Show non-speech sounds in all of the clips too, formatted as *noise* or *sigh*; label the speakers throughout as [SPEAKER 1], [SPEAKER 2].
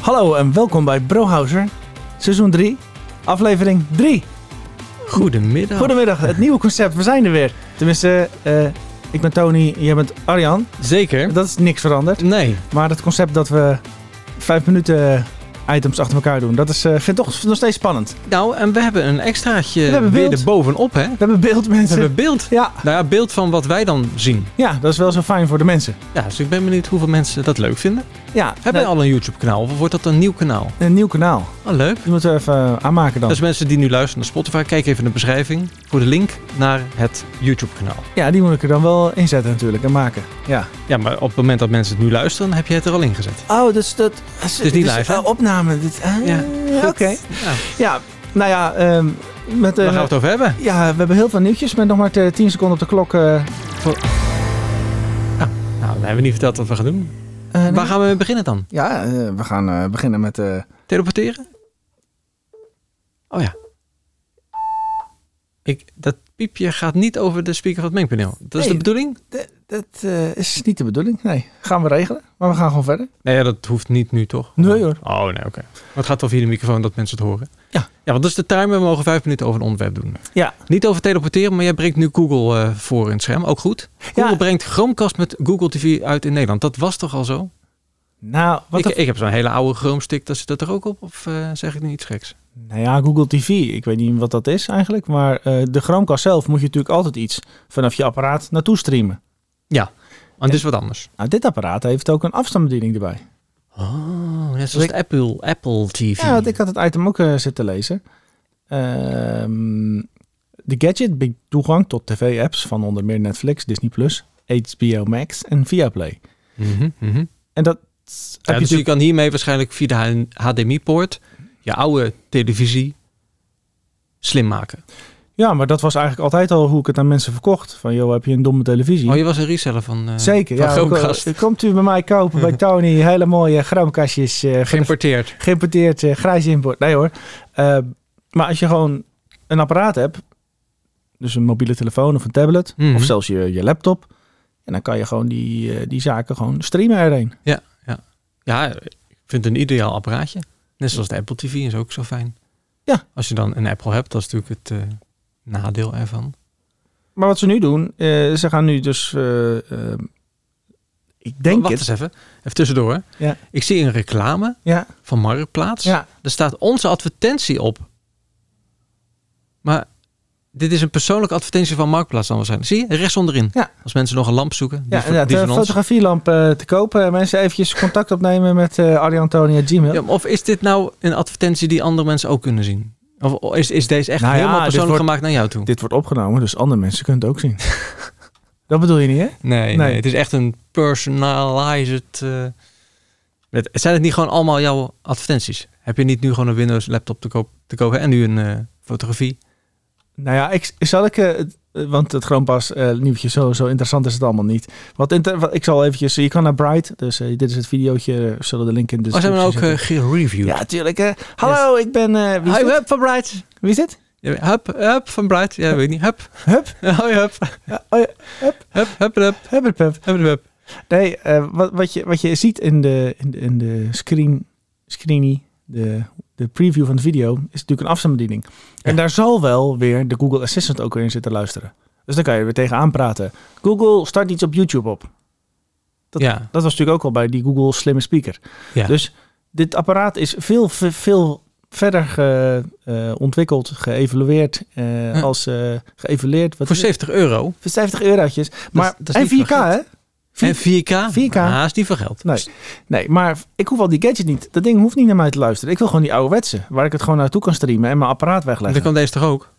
[SPEAKER 1] Hallo en welkom bij Brohouser, seizoen 3, aflevering 3.
[SPEAKER 2] Goedemiddag.
[SPEAKER 1] Goedemiddag, het nieuwe concept, we zijn er weer. Tenminste, eh, ik ben Tony, jij bent Arjan.
[SPEAKER 2] Zeker?
[SPEAKER 1] Dat is niks veranderd.
[SPEAKER 2] Nee.
[SPEAKER 1] Maar het concept dat we vijf minuten eh, items achter elkaar doen, dat is, eh, vind ik toch nog steeds spannend.
[SPEAKER 2] Nou, en we hebben een extraatje
[SPEAKER 1] We hebben
[SPEAKER 2] weer
[SPEAKER 1] beeld.
[SPEAKER 2] erbovenop, hè?
[SPEAKER 1] We hebben beeld,
[SPEAKER 2] We
[SPEAKER 1] mensen.
[SPEAKER 2] hebben beeld.
[SPEAKER 1] Ja,
[SPEAKER 2] Nou ja, beeld van wat wij dan zien.
[SPEAKER 1] ja, dat is wel zo fijn voor de mensen.
[SPEAKER 2] Ja, dus ik ben benieuwd hoeveel mensen dat leuk vinden.
[SPEAKER 1] Ja,
[SPEAKER 2] Hebben
[SPEAKER 1] nou,
[SPEAKER 2] wij al een YouTube-kanaal of wordt dat een nieuw kanaal?
[SPEAKER 1] een nieuw kanaal.
[SPEAKER 2] Oh, leuk.
[SPEAKER 1] Die moeten we even eh, aanmaken dan.
[SPEAKER 2] Dus mensen die nu luisteren naar Spotify, kijk even in de beschrijving voor de link naar het YouTube-kanaal.
[SPEAKER 1] Ja, die moet ik er dan wel inzetten natuurlijk en maken. Ja.
[SPEAKER 2] Ja, maar op het moment dat mensen het nu luisteren, heb je het er al ingezet.
[SPEAKER 1] Oh, dus dat... Het
[SPEAKER 2] is niet live, hè?
[SPEAKER 1] opname. Dit, ah,
[SPEAKER 2] Ja,
[SPEAKER 1] Oké.
[SPEAKER 2] Ja,
[SPEAKER 1] Ja, nou ja, ehm, met, eh,
[SPEAKER 2] waar gaan we het over hebben?
[SPEAKER 1] ja, we hebben heel veel nieuwtjes met nog maar eh, 10 seconden op de klok. eh, eh,
[SPEAKER 2] Nou, dan hebben we niet verteld wat we gaan doen.
[SPEAKER 1] nee.
[SPEAKER 2] Waar gaan we mee beginnen dan?
[SPEAKER 1] Ja, eh, we gaan eh, beginnen met... eh,
[SPEAKER 2] Teleporteren? Oh ja. Ik, dat piepje gaat niet over de speaker van het mengpaneel. Dat is
[SPEAKER 1] Nee.
[SPEAKER 2] de bedoeling?
[SPEAKER 1] d- dat eh, is niet de bedoeling, nee. Gaan we regelen, maar we gaan gewoon verder.
[SPEAKER 2] Nee, ja, dat hoeft niet nu toch?
[SPEAKER 1] Nee, hoor.
[SPEAKER 2] Oh nee, oké. Maar het gaat wel via de microfoon dat mensen het horen.
[SPEAKER 1] Ja.
[SPEAKER 2] Ja, want dat is de timer. We mogen vijf minuten over een onderwerp doen.
[SPEAKER 1] Ja.
[SPEAKER 2] Niet over teleporteren, maar jij brengt nu Google eh, voor in het scherm. Ook goed. Google brengt Chromecast met Google TV uit in Nederland. Dat was toch al zo?
[SPEAKER 1] Nou, wat
[SPEAKER 2] ik,
[SPEAKER 1] de-
[SPEAKER 2] ik heb zo'n hele oude Chrome stick. Dat zit dat er ook op? Of eh, zeg ik nu iets geks?
[SPEAKER 1] Nou ja, Google TV, ik weet niet wat dat is eigenlijk. Maar eh, de Chromecast zelf moet je natuurlijk altijd iets vanaf je apparaat naartoe streamen.
[SPEAKER 2] Want dit is wat anders.
[SPEAKER 1] Nou, dit apparaat heeft ook een afstandsbediening erbij.
[SPEAKER 2] Oh, net zoals
[SPEAKER 1] ik-
[SPEAKER 2] de Apple, Apple TV.
[SPEAKER 1] Ja, want ik had het item ook eh, zitten lezen. Ehm, de gadget biedt toegang tot tv-apps van onder meer Netflix, Disney+, HBO Max en Viaplay.
[SPEAKER 2] Mhm, mhm.
[SPEAKER 1] En dat
[SPEAKER 2] Ja,
[SPEAKER 1] heb
[SPEAKER 2] dus
[SPEAKER 1] je
[SPEAKER 2] je
[SPEAKER 1] natuurlijk...
[SPEAKER 2] kan hiermee waarschijnlijk via de HDMI-poort je oude televisie slim maken.
[SPEAKER 1] Ja, maar dat was eigenlijk altijd al hoe ik het aan mensen verkocht. Van, joh, heb je een domme televisie?
[SPEAKER 2] Oh, je was een reseller van, eh,
[SPEAKER 1] Zeker,
[SPEAKER 2] van
[SPEAKER 1] ja.
[SPEAKER 2] Chromecast.
[SPEAKER 1] ook al- Komt u bij mij kopen
[SPEAKER 2] *laughs*
[SPEAKER 1] bij Tony hele mooie Chromecastjes eh, van de
[SPEAKER 2] Geïmporteerd.
[SPEAKER 1] geïmporteerd eh, grijs import. Nee hoor. Eh, maar als je gewoon een apparaat hebt, dus een mobiele telefoon of een tablet,
[SPEAKER 2] Mhm.
[SPEAKER 1] of zelfs je, je laptop, en dan kan je gewoon die, eh, die zaken gewoon streamen erheen.
[SPEAKER 2] Ja, ik vind het een ideaal apparaatje. Net zoals de Apple TV is ook zo fijn.
[SPEAKER 1] Ja.
[SPEAKER 2] Als je dan een Apple hebt, dat is natuurlijk het eh, nadeel ervan.
[SPEAKER 1] Maar wat ze nu doen, eh, ze gaan nu dus, eh, eh, ik denk
[SPEAKER 2] Wacht
[SPEAKER 1] het.
[SPEAKER 2] eens even. Even tussendoor.
[SPEAKER 1] Ja.
[SPEAKER 2] Ik zie een reclame
[SPEAKER 1] Ja,
[SPEAKER 2] van Marktplaats.
[SPEAKER 1] ja.
[SPEAKER 2] Er staat onze advertentie op. Maar dit is een persoonlijke advertentie van Marktplaats dan waarschijnlijk. Zie je? Rechts onderin.
[SPEAKER 1] Ja.
[SPEAKER 2] Als mensen nog een lamp zoeken, die,
[SPEAKER 1] Ja,
[SPEAKER 2] is voor- die
[SPEAKER 1] inderdaad,
[SPEAKER 2] is
[SPEAKER 1] een
[SPEAKER 2] van ons.
[SPEAKER 1] fotografielamp eh, te kopen. Mensen eventjes contact opnemen met eh Arjantonia Gmail.
[SPEAKER 2] Ja, maar of is dit nou een advertentie die andere mensen ook kunnen zien? Of is, is deze echt
[SPEAKER 1] Nou ja,
[SPEAKER 2] helemaal
[SPEAKER 1] dit
[SPEAKER 2] persoonlijk
[SPEAKER 1] wordt-
[SPEAKER 2] gemaakt naar jou toe?
[SPEAKER 1] Dit wordt opgenomen, dus andere mensen kunnen het ook
[SPEAKER 2] *laughs*
[SPEAKER 1] zien. dat bedoel je niet, hè?
[SPEAKER 2] Nee, nee,
[SPEAKER 1] Nee.
[SPEAKER 2] het is echt een personalized... eh, met- zijn het niet gewoon allemaal jouw advertenties? Heb je niet nu gewoon een Windows laptop te koop, te kopen en nu een eh, fotografie?
[SPEAKER 1] Nou ja, ik, zal ik, eh, het- eh, want het Chromepass eh nieuwtje, zo, zo interessant is het allemaal niet. Wat inter- wat- ik zal eventjes, je kan naar Bright, dus eh, dit is het videootje, we zullen de link in de
[SPEAKER 2] oh, zijn we nou ook
[SPEAKER 1] descriptie
[SPEAKER 2] eh, gereviewd?
[SPEAKER 1] zetten. Ja, tuurlijk. eh. hallo, ik ben, eh, wie is
[SPEAKER 2] Hi,
[SPEAKER 1] dit?
[SPEAKER 2] Web van Bright.
[SPEAKER 1] Wie is dit?
[SPEAKER 2] Ja, Hup, hup van Bright. Ja, weet ik niet. Hup. *laughs*
[SPEAKER 1] Hup.
[SPEAKER 2] Hoi, hup.
[SPEAKER 1] Ja, oh ja,
[SPEAKER 2] Hup, hup, hup.
[SPEAKER 1] Hubberpup.
[SPEAKER 2] Hup, hup.
[SPEAKER 1] Nee, eh, wat, wat, je, wat je ziet in de, in de, in de screen, screenie, de, de preview van de video, is natuurlijk een afstandsbediening. En
[SPEAKER 2] Ja.
[SPEAKER 1] daar zal wel weer de Google Assistant ook weer in zitten luisteren. Dus dan kan je er weer tegenaan praten. Google start iets op YouTube op. Dat-
[SPEAKER 2] Ja,
[SPEAKER 1] Dat was natuurlijk ook al bij die Google slimme speaker.
[SPEAKER 2] Ja.
[SPEAKER 1] Dus dit apparaat is veel, ve- veel verder ge- eh, ontwikkeld, geëvalueerd, eh,
[SPEAKER 2] Ja.
[SPEAKER 1] als eh geëvalueerd. Wat
[SPEAKER 2] voor
[SPEAKER 1] is het?
[SPEAKER 2] 70 euro.
[SPEAKER 1] Voor 70 eurotjes. Maar,
[SPEAKER 2] dat is
[SPEAKER 1] en
[SPEAKER 2] niet
[SPEAKER 1] 4K,
[SPEAKER 2] veel
[SPEAKER 1] hè? Vier-
[SPEAKER 2] en 4K?
[SPEAKER 1] 4K.
[SPEAKER 2] Ah, is niet veel geld.
[SPEAKER 1] Nee. Nee, maar ik hoef al die gadget niet. Dat ding hoeft niet naar mij te luisteren. Ik wil gewoon die ouderwetse, waar ik het gewoon naartoe kan streamen en mijn apparaat
[SPEAKER 2] En
[SPEAKER 1] wegleggen.
[SPEAKER 2] dan kan deze toch ook?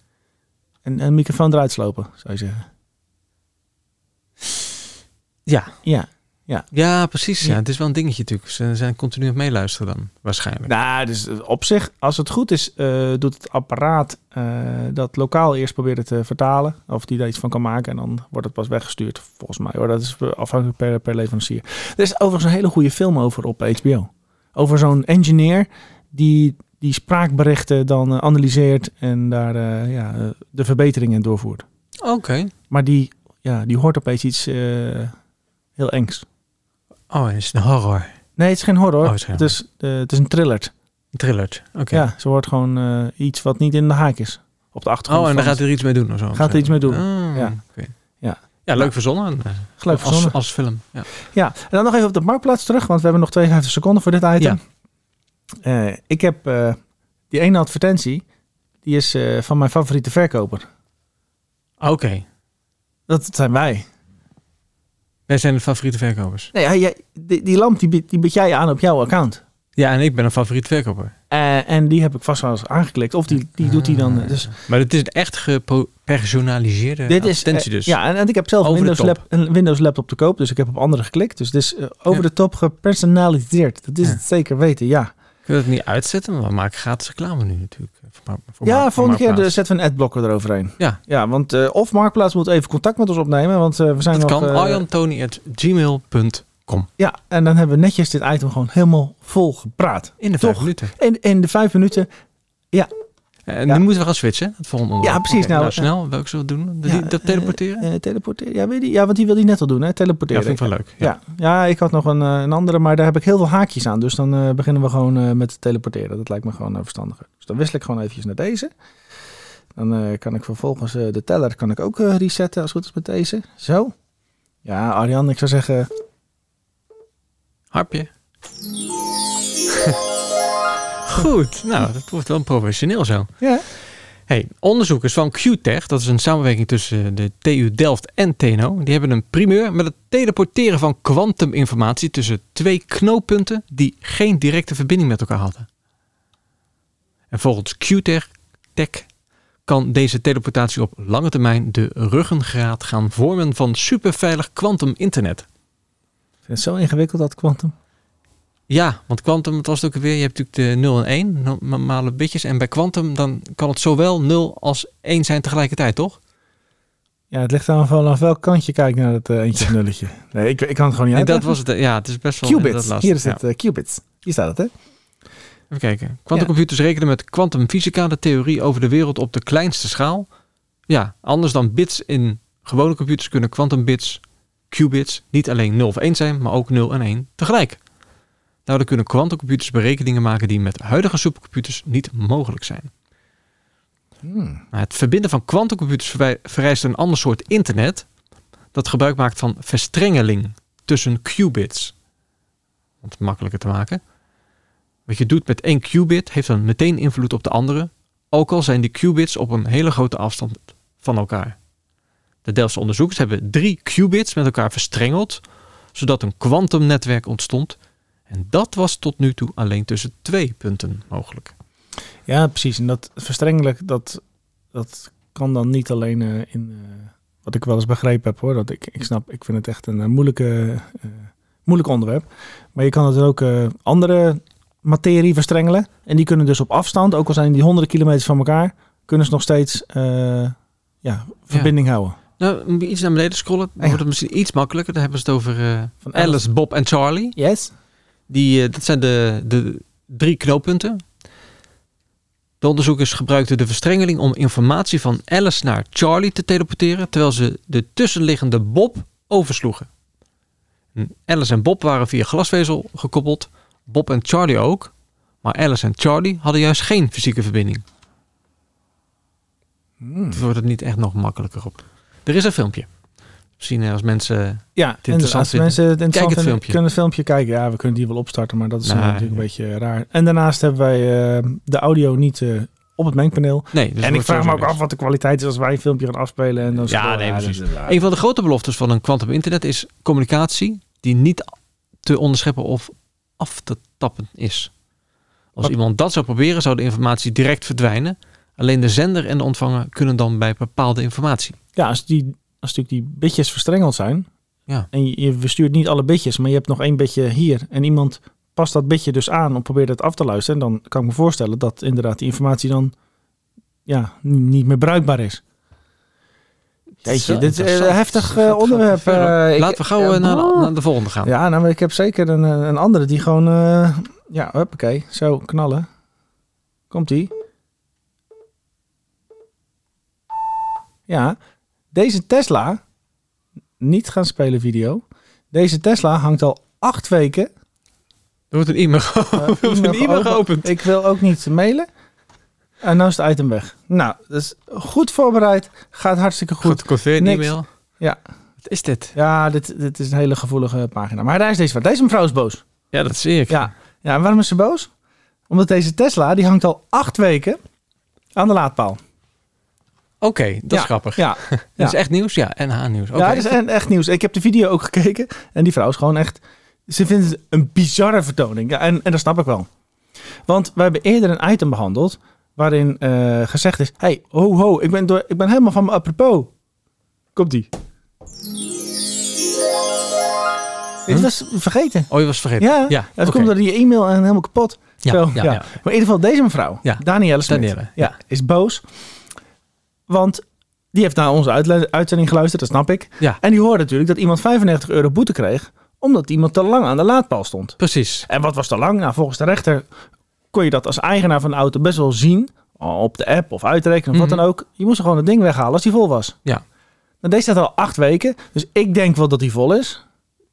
[SPEAKER 1] En een microfoon eruit slopen, zou je zeggen.
[SPEAKER 2] Ja.
[SPEAKER 1] Ja.
[SPEAKER 2] Ja, precies. Ja,
[SPEAKER 1] Ja.
[SPEAKER 2] het is wel een dingetje natuurlijk. Ze zijn continu aan het meeluisteren dan, waarschijnlijk.
[SPEAKER 1] Nou, dus op zich, als het goed is, eh, doet het apparaat eh, dat lokaal eerst proberen te vertalen. Of die daar iets van kan maken. En dan wordt het pas weggestuurd, volgens mij. Hoor. Dat is afhankelijk per, per leverancier. Er is overigens een hele goede film over op HBO. Over zo'n engineer die, die spraakberichten dan eh, analyseert en daar eh, ja, eh, de verbeteringen in doorvoert.
[SPEAKER 2] Oké.
[SPEAKER 1] Maar die, ja, die hoort opeens iets eh, heel engs.
[SPEAKER 2] Oh, het is een horror.
[SPEAKER 1] Nee, het is geen horror.
[SPEAKER 2] Oh,
[SPEAKER 1] het,
[SPEAKER 2] het
[SPEAKER 1] is
[SPEAKER 2] is geen
[SPEAKER 1] eh, het is een thriller.
[SPEAKER 2] Thrillert. Oké.
[SPEAKER 1] Ja, ze hoort gewoon eh, iets wat niet in de haak is. Op de achtergrond.
[SPEAKER 2] Oh, en daar
[SPEAKER 1] van-
[SPEAKER 2] gaat hij er iets mee doen of zo.
[SPEAKER 1] Gaat er iets mee doen.
[SPEAKER 2] Ah,
[SPEAKER 1] Ja.
[SPEAKER 2] oké.
[SPEAKER 1] Ja.
[SPEAKER 2] Ja, leuk verzonnen. eh,
[SPEAKER 1] Gelijk verzonnen.
[SPEAKER 2] Als, als film. Ja.
[SPEAKER 1] Ja, en dan nog even op de marktplaats terug, want we hebben nog 52 seconden voor dit item.
[SPEAKER 2] Ja.
[SPEAKER 1] Eh, ik heb eh, die ene advertentie, die is eh, van mijn favoriete verkoper.
[SPEAKER 2] Oké.
[SPEAKER 1] Dat zijn wij.
[SPEAKER 2] Wij zijn de favoriete verkopers.
[SPEAKER 1] Nee, hij- jij- die, die lamp die, bied- die bied jij aan op jouw account.
[SPEAKER 2] Ja, en ik ben een favoriet verkoper.
[SPEAKER 1] Eh, en die heb ik vast wel eens aangeklikt. Of die, die doet hij dan. eh,
[SPEAKER 2] Ah.
[SPEAKER 1] Dus
[SPEAKER 2] Maar het is een echt gepersonaliseerde
[SPEAKER 1] dit is.
[SPEAKER 2] advertentie
[SPEAKER 1] eh,
[SPEAKER 2] dus.
[SPEAKER 1] Ja, en, en ik heb zelf een
[SPEAKER 2] Over de
[SPEAKER 1] Windows, lap, een Windows laptop te koop. Dus ik heb op andere geklikt. Dus het is eh, over
[SPEAKER 2] Ja.
[SPEAKER 1] de top gepersonaliseerd. Dat is
[SPEAKER 2] Ja.
[SPEAKER 1] het zeker weten, ja.
[SPEAKER 2] Kun je dat niet uitzetten? Want we maken gratis reclame nu natuurlijk. eh, Voor, Mar- voor Mar-
[SPEAKER 1] Ja,
[SPEAKER 2] voor
[SPEAKER 1] volgende keer
[SPEAKER 2] Marktplaats.
[SPEAKER 1] eh, zetten we een adblocker eroverheen.
[SPEAKER 2] Ja.
[SPEAKER 1] Ja, want eh, of Marktplaats moet even contact met ons opnemen, want eh, we zijn
[SPEAKER 2] Dat
[SPEAKER 1] nog...
[SPEAKER 2] kan.
[SPEAKER 1] eh,
[SPEAKER 2] arjantoni.gmail.com
[SPEAKER 1] ja, en dan hebben we netjes dit item gewoon helemaal vol gepraat.
[SPEAKER 2] In de
[SPEAKER 1] Toch?
[SPEAKER 2] vijf minuten.
[SPEAKER 1] In, in de vijf minuten.
[SPEAKER 2] En
[SPEAKER 1] Ja.
[SPEAKER 2] nu moeten we gaan switchen. hè, Het volgende onderwerp.
[SPEAKER 1] precies,
[SPEAKER 2] Oké,
[SPEAKER 1] nou, eh,
[SPEAKER 2] snel, welke zullen we doen? Dat-
[SPEAKER 1] ja,
[SPEAKER 2] dat teleporteren?
[SPEAKER 1] eh, teleporteren. Ja, weet je, ja, want die wil die net al doen, hè?
[SPEAKER 2] ja,
[SPEAKER 1] Teleporteren.
[SPEAKER 2] vind ik wel leuk. Ja.
[SPEAKER 1] eh, ja. ja, ik had nog een, eh, een andere, maar daar heb ik heel veel haakjes aan. Dus dan eh, beginnen we gewoon eh, met teleporteren. Dat lijkt me gewoon eh, verstandiger. Dus dan wissel ik gewoon eventjes naar deze. Dan eh, kan ik vervolgens eh, de teller kan ik ook eh, resetten als het goed is met deze. Zo. Ja, Arjan, ik zou zeggen,
[SPEAKER 2] Harpje. Goed, nou, dat wordt wel professioneel zo.
[SPEAKER 1] Ja.
[SPEAKER 2] Hey, onderzoekers van QTech, dat is een samenwerking tussen eh, de TU Delft en TNO, die hebben een primeur met het teleporteren van kwantuminformatie tussen twee knooppunten die geen directe verbinding met elkaar hadden. En volgens QTech Tech kan deze teleportatie op lange termijn de ruggengraat gaan vormen van superveilig kwantuminternet.
[SPEAKER 1] Ik vind het zo ingewikkeld dat kwantum.
[SPEAKER 2] Ja, want kwantum, het was het ook weer. Je hebt natuurlijk de 0 en 1, no- normale bitjes. En bij kwantum dan kan het zowel 0 als 1 zijn tegelijkertijd, toch?
[SPEAKER 1] Ja, het ligt aan vanaf welk kant je kijkt naar het eh, eentje of nulletje. Nee, ik, ik kan het gewoon niet
[SPEAKER 2] en
[SPEAKER 1] uit.
[SPEAKER 2] dat was het. eh, Ja, het is best wel inderdaad
[SPEAKER 1] qubits.
[SPEAKER 2] lastig.
[SPEAKER 1] Hier is
[SPEAKER 2] Ja.
[SPEAKER 1] het, eh, qubits. Hier staat het, hè?
[SPEAKER 2] Even kijken. Quantumcomputers rekenen met kwantumfysica, de theorie over de wereld op de kleinste schaal. Ja, anders dan bits in gewone computers kunnen kwantumbits, qubits, niet alleen 0 of 1 zijn, maar ook 0 en 1 tegelijk. Daardoor kunnen kwantumcomputers berekeningen maken die met huidige supercomputers niet mogelijk zijn.
[SPEAKER 1] Hmm.
[SPEAKER 2] Maar Nou, het verbinden van kwantumcomputers verwij- vereist een ander soort internet dat gebruik maakt van verstrengeling tussen qubits. Om het makkelijker te maken. Wat je doet met één qubit heeft dan meteen invloed op de andere, ook al zijn die qubits op een hele grote afstand van elkaar. De Delftse onderzoekers hebben drie qubits met elkaar verstrengeld, zodat een kwantumnetwerk ontstond. En dat was tot nu toe alleen tussen twee punten mogelijk.
[SPEAKER 1] Ja, precies. En dat verstrengelijk, dat, dat kan dan niet alleen eh, in... eh, wat ik wel eens begrepen heb, hoor. Dat ik, ik snap, ik vind het echt een eh, moeilijke, eh, moeilijk onderwerp. Maar je kan het ook eh, andere materie verstrengelen. En die kunnen dus op afstand, ook al zijn die honderden kilometers van elkaar... kunnen ze nog steeds eh, ja, verbinding houden.
[SPEAKER 2] Nou, moet je iets naar beneden scrollen. Dan
[SPEAKER 1] ja.
[SPEAKER 2] wordt het misschien iets makkelijker. Dan hebben ze het over eh,
[SPEAKER 1] Van
[SPEAKER 2] Alice, Bob en Charlie.
[SPEAKER 1] Yes.
[SPEAKER 2] Die, eh, dat zijn de, de drie knooppunten. De onderzoekers gebruikten de verstrengeling om informatie van Alice naar Charlie te teleporteren, terwijl ze de tussenliggende Bob oversloegen. En Alice en Bob waren via glasvezel gekoppeld, Bob en Charlie ook, maar Alice en Charlie hadden juist geen fysieke verbinding.
[SPEAKER 1] Hmm.
[SPEAKER 2] Het wordt het niet echt nog makkelijker op. Er is een filmpje. Misschien eh, als mensen
[SPEAKER 1] Ja, en
[SPEAKER 2] interessant
[SPEAKER 1] als
[SPEAKER 2] vinden.
[SPEAKER 1] mensen het interessant
[SPEAKER 2] het
[SPEAKER 1] vinden,
[SPEAKER 2] filmpje. Nou,
[SPEAKER 1] kunnen het filmpje kijken. Ja, we kunnen die wel opstarten, maar dat is eh,
[SPEAKER 2] Nee.
[SPEAKER 1] natuurlijk een beetje raar. En daarnaast hebben wij eh, de audio niet eh, op het mengpaneel.
[SPEAKER 2] Nee, dus
[SPEAKER 1] en ik
[SPEAKER 2] wordt
[SPEAKER 1] vraag me ook
[SPEAKER 2] sowieso
[SPEAKER 1] af wat de kwaliteit is als wij een filmpje gaan afspelen. En dan
[SPEAKER 2] Ja,
[SPEAKER 1] scrollen.
[SPEAKER 2] nee, precies.
[SPEAKER 1] dat is raar.
[SPEAKER 2] niks. Een van de grote beloftes van een quantum internet is communicatie die niet te onderscheppen of af te tappen is. Als
[SPEAKER 1] Wat-
[SPEAKER 2] iemand dat zou proberen, zou de informatie direct verdwijnen. Alleen de zender en de ontvanger kunnen dan bij bepaalde informatie.
[SPEAKER 1] Ja, als, die, als natuurlijk die bitjes verstrengeld zijn.
[SPEAKER 2] Ja.
[SPEAKER 1] En je, je verstuurt niet alle bitjes, maar je hebt nog één bitje hier. En iemand past dat bitje dus aan om probeert het af te luisteren. En dan kan ik me voorstellen dat inderdaad die informatie dan ja, n- niet meer bruikbaar is. Jeetje,
[SPEAKER 2] wel
[SPEAKER 1] dit is een
[SPEAKER 2] interessant.
[SPEAKER 1] heftig
[SPEAKER 2] Het
[SPEAKER 1] eh,
[SPEAKER 2] gaat- gaat
[SPEAKER 1] onderwerp.
[SPEAKER 2] ver, hoor.
[SPEAKER 1] eh, ik-
[SPEAKER 2] Laten we gauw eh,
[SPEAKER 1] eh,
[SPEAKER 2] naar, de-
[SPEAKER 1] boah.
[SPEAKER 2] naar de volgende gaan.
[SPEAKER 1] Ja, nou, maar ik heb zeker een, eh, een andere die gewoon... eh ja, hoppakee. Zo, knallen. Komt-ie. Ja, deze Tesla... Niet gaan spelen video. Deze Tesla hangt al acht weken
[SPEAKER 2] Er wordt een e-mail geopend.
[SPEAKER 1] Eh,
[SPEAKER 2] *laughs* Er wordt een e-mail geopend.
[SPEAKER 1] Ik wil ook niet mailen. En nou is het item weg. Nou, dus goed voorbereid. Gaat hartstikke goed.
[SPEAKER 2] Goed, komt weer een
[SPEAKER 1] niks.
[SPEAKER 2] e-mail.
[SPEAKER 1] Ja.
[SPEAKER 2] Wat is dit?
[SPEAKER 1] Ja, dit, dit is een hele gevoelige pagina. Maar daar is deze van. Deze mevrouw is boos.
[SPEAKER 2] Ja, dat zie ik.
[SPEAKER 1] Ja. ja, en waarom is ze boos? Omdat deze Tesla, die hangt al acht weken aan de laadpaal.
[SPEAKER 2] Oké, dat is
[SPEAKER 1] Ja.
[SPEAKER 2] grappig.
[SPEAKER 1] Ja,
[SPEAKER 2] Dat is echt nieuws? Ja, NH-nieuws. Oké.
[SPEAKER 1] ja dat is e- echt nieuws. Ik heb de video ook gekeken. En die vrouw is gewoon echt... Ze vindt het een bizarre vertoning. Ja, en, en dat snap ik wel. Want we hebben eerder een item behandeld... waarin eh, gezegd is... hey, ho, ho, ik ben, door, ik ben helemaal van mijn apropos. Komt-ie. Dit was vergeten.
[SPEAKER 2] Oh, je was vergeten.
[SPEAKER 1] Ja,
[SPEAKER 2] ja
[SPEAKER 1] het
[SPEAKER 2] oké.
[SPEAKER 1] komt door die e-mail en helemaal kapot.
[SPEAKER 2] Ja,
[SPEAKER 1] Zo,
[SPEAKER 2] ja,
[SPEAKER 1] ja.
[SPEAKER 2] ja.
[SPEAKER 1] Maar in ieder geval deze mevrouw,
[SPEAKER 2] Ja.
[SPEAKER 1] Danielle Smit,
[SPEAKER 2] Danielle,
[SPEAKER 1] ja, is boos. Want die heeft naar onze uitle- uitzending geluisterd, dat snap ik.
[SPEAKER 2] Ja.
[SPEAKER 1] En die hoorde natuurlijk dat iemand 95 euro boete kreeg... omdat iemand te lang aan de laadpaal stond.
[SPEAKER 2] Precies.
[SPEAKER 1] En wat was te lang? Nou, volgens de rechter kon je dat als eigenaar van de auto best wel zien... op de app of uitrekenen of wat
[SPEAKER 2] Mhm.
[SPEAKER 1] dan ook. Je moest er gewoon het ding weghalen als die vol was.
[SPEAKER 2] Ja.
[SPEAKER 1] Nou, deze staat al acht weken, dus ik denk wel dat die vol is...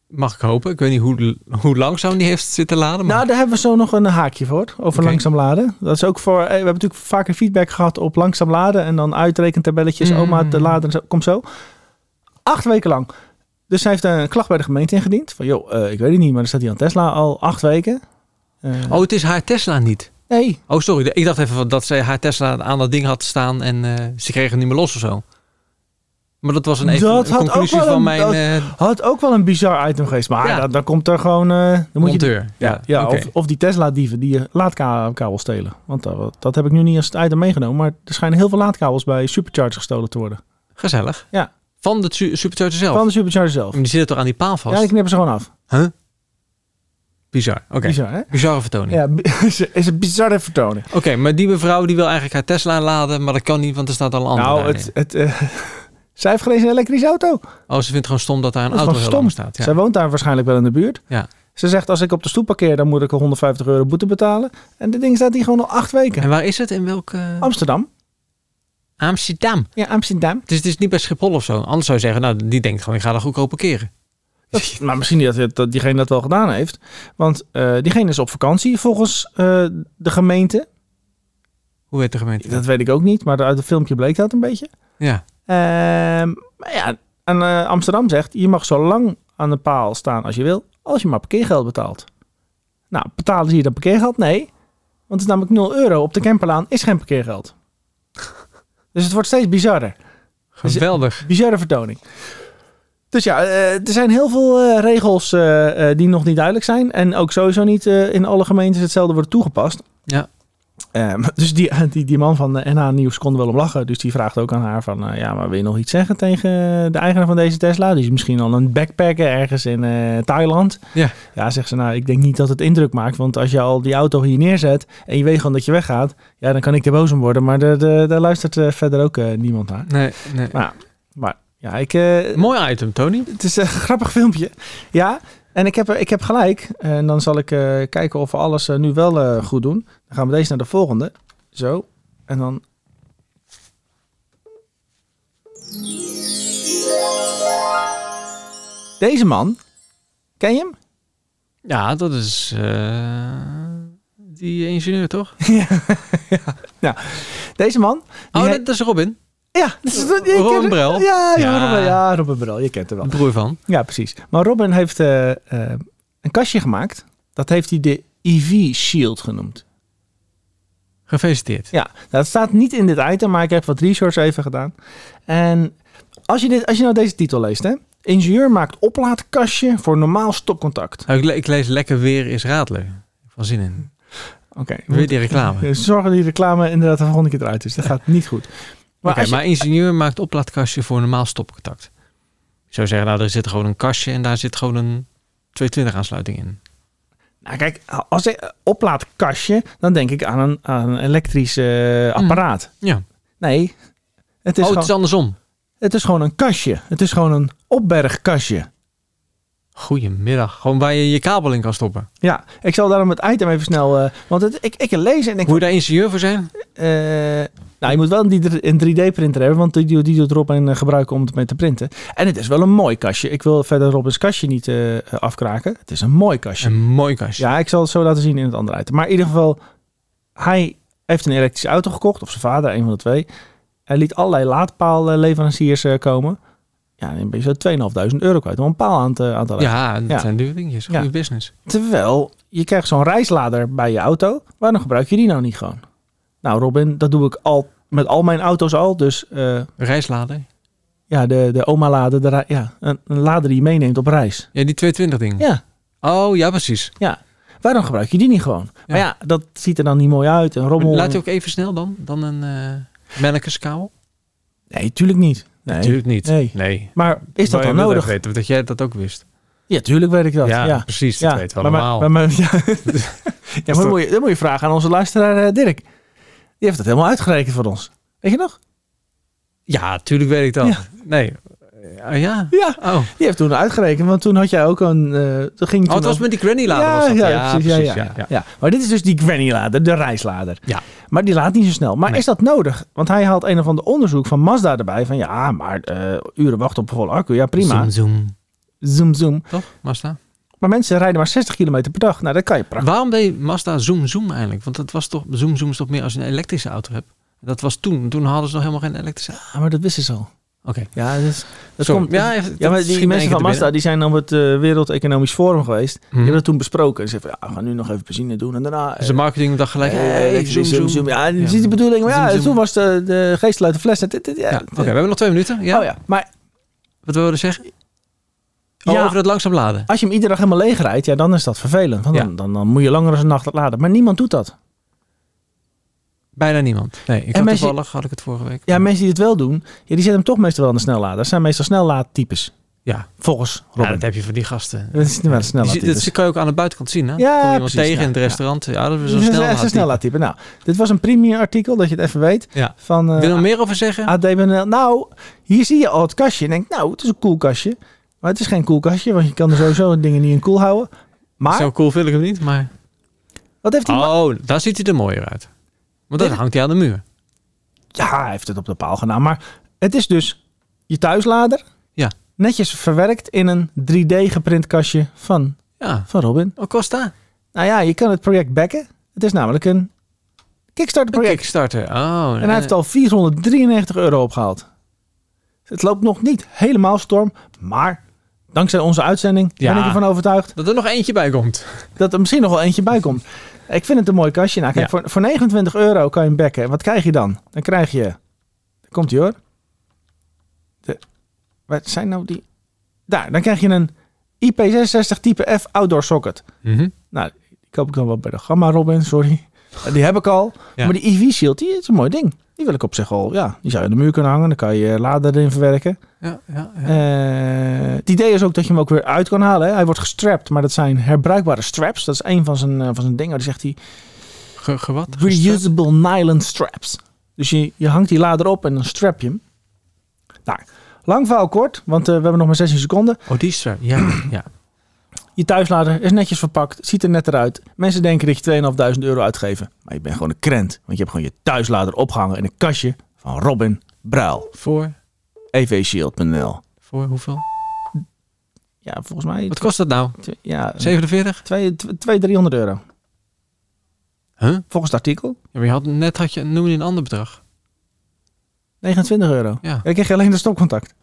[SPEAKER 2] Mag ik hopen. Ik weet niet hoe, hoe langzaam die heeft zitten laden. Maar...
[SPEAKER 1] Nou, daar hebben we zo nog een haakje voor, over
[SPEAKER 2] Oké.
[SPEAKER 1] langzaam laden. Dat is ook voor, eh, we hebben natuurlijk vaker feedback gehad op langzaam laden en dan uitrekentabelletjes,
[SPEAKER 2] Mm.
[SPEAKER 1] oma te laden, en zo, komt zo. Acht weken lang. Dus zij heeft een klacht bij de gemeente ingediend. Van, joh, eh, ik weet het niet, maar dan staat hij aan Tesla al acht weken. Eh,
[SPEAKER 2] Oh, het is haar Tesla niet.
[SPEAKER 1] Nee,
[SPEAKER 2] Oh, sorry. Ik dacht even dat zij haar Tesla aan dat ding had staan en eh, ze kregen het niet meer los of zo. Maar dat was een even
[SPEAKER 1] Dat
[SPEAKER 2] een
[SPEAKER 1] had ook
[SPEAKER 2] conclusie
[SPEAKER 1] wel
[SPEAKER 2] van
[SPEAKER 1] een-
[SPEAKER 2] mijn
[SPEAKER 1] dat-
[SPEAKER 2] eh,
[SPEAKER 1] had ook wel een bizar item geweest. Maar
[SPEAKER 2] Ja.
[SPEAKER 1] dan, dan komt er gewoon... eh, dan moet je,
[SPEAKER 2] monteur.
[SPEAKER 1] ja, ja
[SPEAKER 2] oké.
[SPEAKER 1] of, of die Tesla-dieven die je laadkabel stelen. Want dat, dat heb ik nu niet als item meegenomen. Maar er schijnen heel veel laadkabels bij superchargers gestolen te worden.
[SPEAKER 2] Gezellig.
[SPEAKER 1] Ja.
[SPEAKER 2] Van de su- supercharger zelf.
[SPEAKER 1] Van de supercharger zelf.
[SPEAKER 2] Maar Die zitten toch aan die paal vast?
[SPEAKER 1] Ja, ik knippen ze gewoon af.
[SPEAKER 2] Huh? Bizar. Oké.
[SPEAKER 1] Bizar, hè?
[SPEAKER 2] Bizarre vertoning.
[SPEAKER 1] Ja, bi- *laughs* is, is een bizarre vertoning.
[SPEAKER 2] Oké, maar die mevrouw die wil eigenlijk haar Tesla laden, maar dat kan niet, want er staat al een andere.
[SPEAKER 1] nou,
[SPEAKER 2] daarin.
[SPEAKER 1] het, het, eh, *laughs* zij heeft geen eens een elektrische auto.
[SPEAKER 2] Oh, ze vindt gewoon stom dat daar een
[SPEAKER 1] Dat is
[SPEAKER 2] auto
[SPEAKER 1] gewoon
[SPEAKER 2] heel lang staat. Ja.
[SPEAKER 1] Zij woont daar waarschijnlijk wel in de buurt.
[SPEAKER 2] Ja.
[SPEAKER 1] Ze zegt, als ik op de stoep parkeer, dan moet ik er 150 euro boete betalen. En dit ding staat hier gewoon al acht weken.
[SPEAKER 2] En waar is het? In welke?
[SPEAKER 1] Amsterdam.
[SPEAKER 2] Amsterdam.
[SPEAKER 1] Ja, Amsterdam.
[SPEAKER 2] Dus het is niet bij Schiphol of zo. Anders zou je zeggen, nou, die denkt gewoon, ik ga daar goedkoop parkeren. *laughs*
[SPEAKER 1] Dat, maar misschien niet dat, dat diegene dat wel gedaan heeft. Want eh, diegene is op vakantie volgens eh, de gemeente.
[SPEAKER 2] Hoe heet de gemeente?
[SPEAKER 1] Dat weet ik ook niet, maar uit het filmpje bleek dat een beetje.
[SPEAKER 2] Ja.
[SPEAKER 1] Ehm, maar ja, en eh, Amsterdam zegt, je mag zo lang aan de paal staan als je wil, als je maar parkeergeld betaalt. Nou, betalen ze hier dan parkeergeld? Nee, want het is namelijk 0 euro op de camperlaan is geen parkeergeld. *laughs* Dus het wordt steeds bizarder.
[SPEAKER 2] Geweldig.
[SPEAKER 1] Bizarre vertoning. Dus ja, eh, er zijn heel veel eh, regels eh, eh, die nog niet duidelijk zijn. En ook sowieso niet eh, in alle gemeentes hetzelfde wordt toegepast.
[SPEAKER 2] Ja.
[SPEAKER 1] Ehm, *laughs* dus die, die, die man van de NH Nieuws kon er wel om lachen. Dus die vraagt ook aan haar van... eh, ja, maar wil je nog iets zeggen tegen de eigenaar van deze Tesla? Die is misschien al een backpacker ergens in eh, Thailand.
[SPEAKER 2] Ja.
[SPEAKER 1] Ja, zegt ze. Nou, ik denk niet dat het indruk maakt. Want als je al die auto hier neerzet en je weet gewoon dat je weggaat... Ja, dan kan ik er boos om worden. Maar daar- daar daar luistert eh, verder ook eh, niemand naar.
[SPEAKER 2] Nee, nee.
[SPEAKER 1] Maar ja, ik... eh,
[SPEAKER 2] Mooi item, Tony.
[SPEAKER 1] het is een grappig filmpje. Ja, en ik heb, ik heb gelijk. En dan zal ik eh, kijken of we alles eh, nu wel eh, goed doen. Dan gaan we deze naar de volgende. Zo. En dan. Deze man. Ken je hem?
[SPEAKER 2] Ja, dat is eh, die ingenieur, toch?
[SPEAKER 1] Deze man.
[SPEAKER 2] Oh,
[SPEAKER 1] Ja.
[SPEAKER 2] dat, dat is Robin.
[SPEAKER 1] Ja, dat is- *laughs* je kent-
[SPEAKER 2] Oh, Robin Brel.
[SPEAKER 1] Ja, ja,
[SPEAKER 2] Ja.
[SPEAKER 1] Robin, ja, Robin Brel. Je kent hem
[SPEAKER 2] De
[SPEAKER 1] wel.
[SPEAKER 2] broer van.
[SPEAKER 1] Ja, precies. Maar Robin heeft eh, eh, een kastje gemaakt. Dat heeft hij de EV Shield genoemd.
[SPEAKER 2] Gefeliciteerd.
[SPEAKER 1] Ja, nou, dat staat niet in dit item, maar ik heb wat research even gedaan. En als je, dit, als je nou deze titel leest, hè. Ingenieur maakt oplaadkastje voor normaal stopcontact.
[SPEAKER 2] Nou, ik, le- ik lees Lekker Weer is Raadler. Van zin in.
[SPEAKER 1] Oké.
[SPEAKER 2] Weer die reclame.
[SPEAKER 1] Dus Zorg dat die reclame inderdaad de volgende keer eruit is. Dat gaat niet goed.
[SPEAKER 2] Maar,
[SPEAKER 1] *laughs* Maar als je-
[SPEAKER 2] maar ingenieur maakt oplaadkastje voor normaal stopcontact. Ik zou zeggen, nou, er zit gewoon een kastje en daar zit gewoon een 220 aansluiting in.
[SPEAKER 1] Nou, kijk, als ik eh, oplaadkastje, dan denk ik aan een, aan een elektrisch eh, apparaat.
[SPEAKER 2] Ja.
[SPEAKER 1] Nee, het is,
[SPEAKER 2] oh,
[SPEAKER 1] gewoon,
[SPEAKER 2] het is andersom.
[SPEAKER 1] het is gewoon een kastje. Het is gewoon een opbergkastje.
[SPEAKER 2] Goedemiddag. Gewoon waar je je kabel in kan stoppen.
[SPEAKER 1] Ja, ik zal daarom het item even snel... eh, want het, ik, ik lees en ik...
[SPEAKER 2] Moet je daar ingenieur voor zijn?
[SPEAKER 1] eh, nou, je moet wel een, drie- een 3D-printer hebben, want die, die doet Rob en eh, gebruiken om het mee te printen. En het is wel een mooi kastje. Ik wil verder Robins kastje niet eh, afkraken. Het is een mooi kastje.
[SPEAKER 2] Een mooi kastje.
[SPEAKER 1] Ja, ik zal het zo laten zien in het andere item. Maar in ieder geval, hij heeft een elektrische auto gekocht. Of zijn vader, een van de twee. Hij liet allerlei laadpaalleveranciers eh, komen. Ja, dan ben je zo 2.500 euro kwijt om een paal aan te, aan te leggen.
[SPEAKER 2] Ja, dat
[SPEAKER 1] Ja.
[SPEAKER 2] zijn duur dingetjes.
[SPEAKER 1] Ja.
[SPEAKER 2] Goede business.
[SPEAKER 1] Terwijl, je krijgt zo'n reislader bij je auto. Waarom gebruik je die nou niet gewoon? Nou Robin, dat doe ik al met al mijn auto's al. Dus eh,
[SPEAKER 2] Reislader.
[SPEAKER 1] ja, de, de oma-lader, de, rei- ja, een, een lader die je meeneemt op reis.
[SPEAKER 2] Ja, die 220 ding.
[SPEAKER 1] Ja,
[SPEAKER 2] Oh, ja, precies.
[SPEAKER 1] waarom gebruik je die niet gewoon? Maar ja, dat ziet er dan niet mooi uit. Een rommel.
[SPEAKER 2] Laat je ook even snel dan, dan een eh melkerskabel?
[SPEAKER 1] Nee, tuurlijk niet. Nee.
[SPEAKER 2] Natuurlijk niet.
[SPEAKER 1] Nee. Maar is dat
[SPEAKER 2] Wij
[SPEAKER 1] dan
[SPEAKER 2] wilden
[SPEAKER 1] nodig?
[SPEAKER 2] even weten dat jij dat ook wist.
[SPEAKER 1] Ja, tuurlijk weet ik dat. Ja, ja.
[SPEAKER 2] precies. Dat weten we
[SPEAKER 1] maar-
[SPEAKER 2] allemaal.
[SPEAKER 1] Maar, maar- *laughs* ja. ja, maar
[SPEAKER 2] dat-
[SPEAKER 1] dan moet, je, dan moet je vragen aan onze luisteraar eh, Dirk. Die heeft dat helemaal uitgerekend voor ons. Weet je nog?
[SPEAKER 2] ja, tuurlijk weet ik dat.
[SPEAKER 1] Ja.
[SPEAKER 2] Nee. Eh, ja.
[SPEAKER 1] Ja,
[SPEAKER 2] Oh. oh,
[SPEAKER 1] die heeft toen uitgerekend. Want toen had jij ook een... eh toen ging je toen
[SPEAKER 2] het was
[SPEAKER 1] ook-
[SPEAKER 2] met die granny lader.
[SPEAKER 1] ja,
[SPEAKER 2] was dat.
[SPEAKER 1] ja, precies, ja, ja,
[SPEAKER 2] ja.
[SPEAKER 1] ja. Maar dit is dus die granny-lader, de reislader.
[SPEAKER 2] Ja.
[SPEAKER 1] Maar die laat niet zo snel. Maar
[SPEAKER 2] Nee.
[SPEAKER 1] is dat nodig? Want hij haalt een of ander onderzoek van Mazda erbij. Van ja, maar eh, uren wachten op een volle accu. Ja, prima.
[SPEAKER 2] Zoom, zoom.
[SPEAKER 1] zoom, zoom.
[SPEAKER 2] Toch, Mazda?
[SPEAKER 1] Maar mensen rijden maar 60 km per dag. Nou, dat kan je prachtig.
[SPEAKER 2] Waarom deed Mazda zoom, zoom eigenlijk? Want dat was toch, zoom, zoom is toch meer als je een elektrische auto hebt? Dat was toen. Toen hadden ze nog helemaal geen elektrische auto.
[SPEAKER 1] Ah, maar dat wisten ze al.
[SPEAKER 2] Oké.
[SPEAKER 1] Ja, dat, is- dat
[SPEAKER 2] Sorry.
[SPEAKER 1] komt...
[SPEAKER 2] ja, even-
[SPEAKER 1] Ja,
[SPEAKER 2] dat
[SPEAKER 1] maar
[SPEAKER 2] schiet
[SPEAKER 1] die
[SPEAKER 2] me
[SPEAKER 1] mensen
[SPEAKER 2] één
[SPEAKER 1] van
[SPEAKER 2] keer te
[SPEAKER 1] Mazda die zijn op het eh, Wereld Economisch Forum geweest. Die
[SPEAKER 2] Mhm.
[SPEAKER 1] hebben dat toen besproken. Ze zeiden van, ja, we gaan nu nog even benzine doen en daarna...
[SPEAKER 2] Dus de marketing dacht gelijk,
[SPEAKER 1] eh,
[SPEAKER 2] hey,
[SPEAKER 1] even
[SPEAKER 2] zoom, zoom.
[SPEAKER 1] zoom, zoom. Ja, je
[SPEAKER 2] Ja.
[SPEAKER 1] ziet de bedoeling. Maar ja,
[SPEAKER 2] Zoom, zoom.
[SPEAKER 1] toen was de, de geest uit de fles. Dit, dit, dit, ja.
[SPEAKER 2] Ja, Oké, we hebben nog twee minuten. Ja?
[SPEAKER 1] Oh ja, maar
[SPEAKER 2] Wat wilden we zeggen? Oh,
[SPEAKER 1] Ja.
[SPEAKER 2] over dat langzaam laden.
[SPEAKER 1] als je hem iedere dag helemaal leeg rijdt, ja, dan is dat vervelend. Want dan,
[SPEAKER 2] Ja.
[SPEAKER 1] dan, dan moet je langer als een nacht laden. Maar niemand doet dat.
[SPEAKER 2] Bijna niemand. Nee, ik had
[SPEAKER 1] mensen-
[SPEAKER 2] toevallig, had ik het vorige week.
[SPEAKER 1] Ja, mensen die het wel doen, ja, die zetten hem toch meestal wel aan de snellader. Dat zijn meestal snellaadtypes. *laughs*
[SPEAKER 2] ja.
[SPEAKER 1] Volgens
[SPEAKER 2] Ja,
[SPEAKER 1] Robin. Nou,
[SPEAKER 2] dat heb je van die gasten.
[SPEAKER 1] dat is wel een
[SPEAKER 2] Die zie-
[SPEAKER 1] snellaadtypes.
[SPEAKER 2] dat kan je ook aan de buitenkant zien. Hè?
[SPEAKER 1] dus- Ja,
[SPEAKER 2] Kom je iemand
[SPEAKER 1] precies,
[SPEAKER 2] tegen
[SPEAKER 1] ja,
[SPEAKER 2] in het
[SPEAKER 1] ja.
[SPEAKER 2] restaurant. Ja, dat
[SPEAKER 1] *laughs* Dit
[SPEAKER 2] is zo'n
[SPEAKER 1] is
[SPEAKER 2] snel.
[SPEAKER 1] echt een snellaadtype. Nou, dit was een premium artikel, dat je het even weet.
[SPEAKER 2] Ja.
[SPEAKER 1] Van, eh,
[SPEAKER 2] Wil je nog meer over zeggen?
[SPEAKER 1] ADBNL. Nou, hier zie je al het kastje. En denk, nou, het is een cool kastje. Maar het is geen cool kastje, want je kan er sowieso dingen niet in koel houden. Maar,
[SPEAKER 2] Zo cool vind ik hem niet, maar...
[SPEAKER 1] wat heeft hij?
[SPEAKER 2] Oh, daar ziet hij er mooier uit. Want dan
[SPEAKER 1] Dit-
[SPEAKER 2] hangt hij aan de muur.
[SPEAKER 1] Ja, hij heeft het op de paal gedaan. Maar het is dus je thuislader.
[SPEAKER 2] Ja.
[SPEAKER 1] Netjes verwerkt in een 3D geprint kastje van,
[SPEAKER 2] Ja,
[SPEAKER 1] van Robin.
[SPEAKER 2] oh, Costa.
[SPEAKER 1] Nou ja, je kan het project backen. Het is namelijk een Kickstarter
[SPEAKER 2] Een
[SPEAKER 1] project.
[SPEAKER 2] Kickstarter. Oh,
[SPEAKER 1] En hij heeft al 493 euro opgehaald. Het loopt nog niet helemaal storm, maar dankzij onze uitzending ben
[SPEAKER 2] Ja.
[SPEAKER 1] ik ervan overtuigd
[SPEAKER 2] Dat er nog eentje bij komt.
[SPEAKER 1] dat er misschien nog wel eentje bij komt. Ik vind het een mooi kastje. Nou, kijk,
[SPEAKER 2] Ja.
[SPEAKER 1] voor, voor 29 euro kan je hem bekken. En wat krijg je dan? Dan krijg je... Komt ie hoor. De, wat zijn nou die... Daar, dan krijg je een IP66 type F outdoor socket.
[SPEAKER 2] Mhm.
[SPEAKER 1] Nou, die koop ik dan wel bij de Gamma Robin, sorry. Eh, Die heb ik al.
[SPEAKER 2] Ja.
[SPEAKER 1] Maar die EV Shield, die is een mooi ding. Die wil ik op zich al, ja. Die zou je aan de muur kunnen hangen. Dan kan je je lader erin verwerken.
[SPEAKER 2] Ja, ja, ja.
[SPEAKER 1] Eh, het idee is ook dat je hem ook weer uit kan halen. Hè. Hij wordt gestrapt, maar dat zijn herbruikbare straps. Dat is een van zijn, eh, van zijn dingen. Die zegt hij,
[SPEAKER 2] Ge, ge wat? Gestart?
[SPEAKER 1] reusable nylon straps. Dus je, je hangt die lader op en dan strap je hem. Nou, lang verhaal kort, want eh, we hebben nog maar 16 seconden.
[SPEAKER 2] Oh, die strap. Ja, *clears throat* ja.
[SPEAKER 1] Je thuislader is netjes verpakt, ziet er net eruit. Mensen denken dat je 2.500 euro uitgeven. Maar je bent gewoon een krent, want je hebt gewoon je thuislader opgehangen in een kastje van Robin Bruil.
[SPEAKER 2] Voor,
[SPEAKER 1] evshield.nl
[SPEAKER 2] voor hoeveel?
[SPEAKER 1] Ja, volgens mij...
[SPEAKER 2] Wat kost dat nou?
[SPEAKER 1] tw- Ja,
[SPEAKER 2] 47?
[SPEAKER 1] 200, 300 euro.
[SPEAKER 2] Huh? Ja,
[SPEAKER 1] Volgens het artikel
[SPEAKER 2] maar je had, net had je, noemde je een ander bedrag.
[SPEAKER 1] 29 euro.
[SPEAKER 2] Ja.
[SPEAKER 1] En dan kreeg je alleen de stopcontact.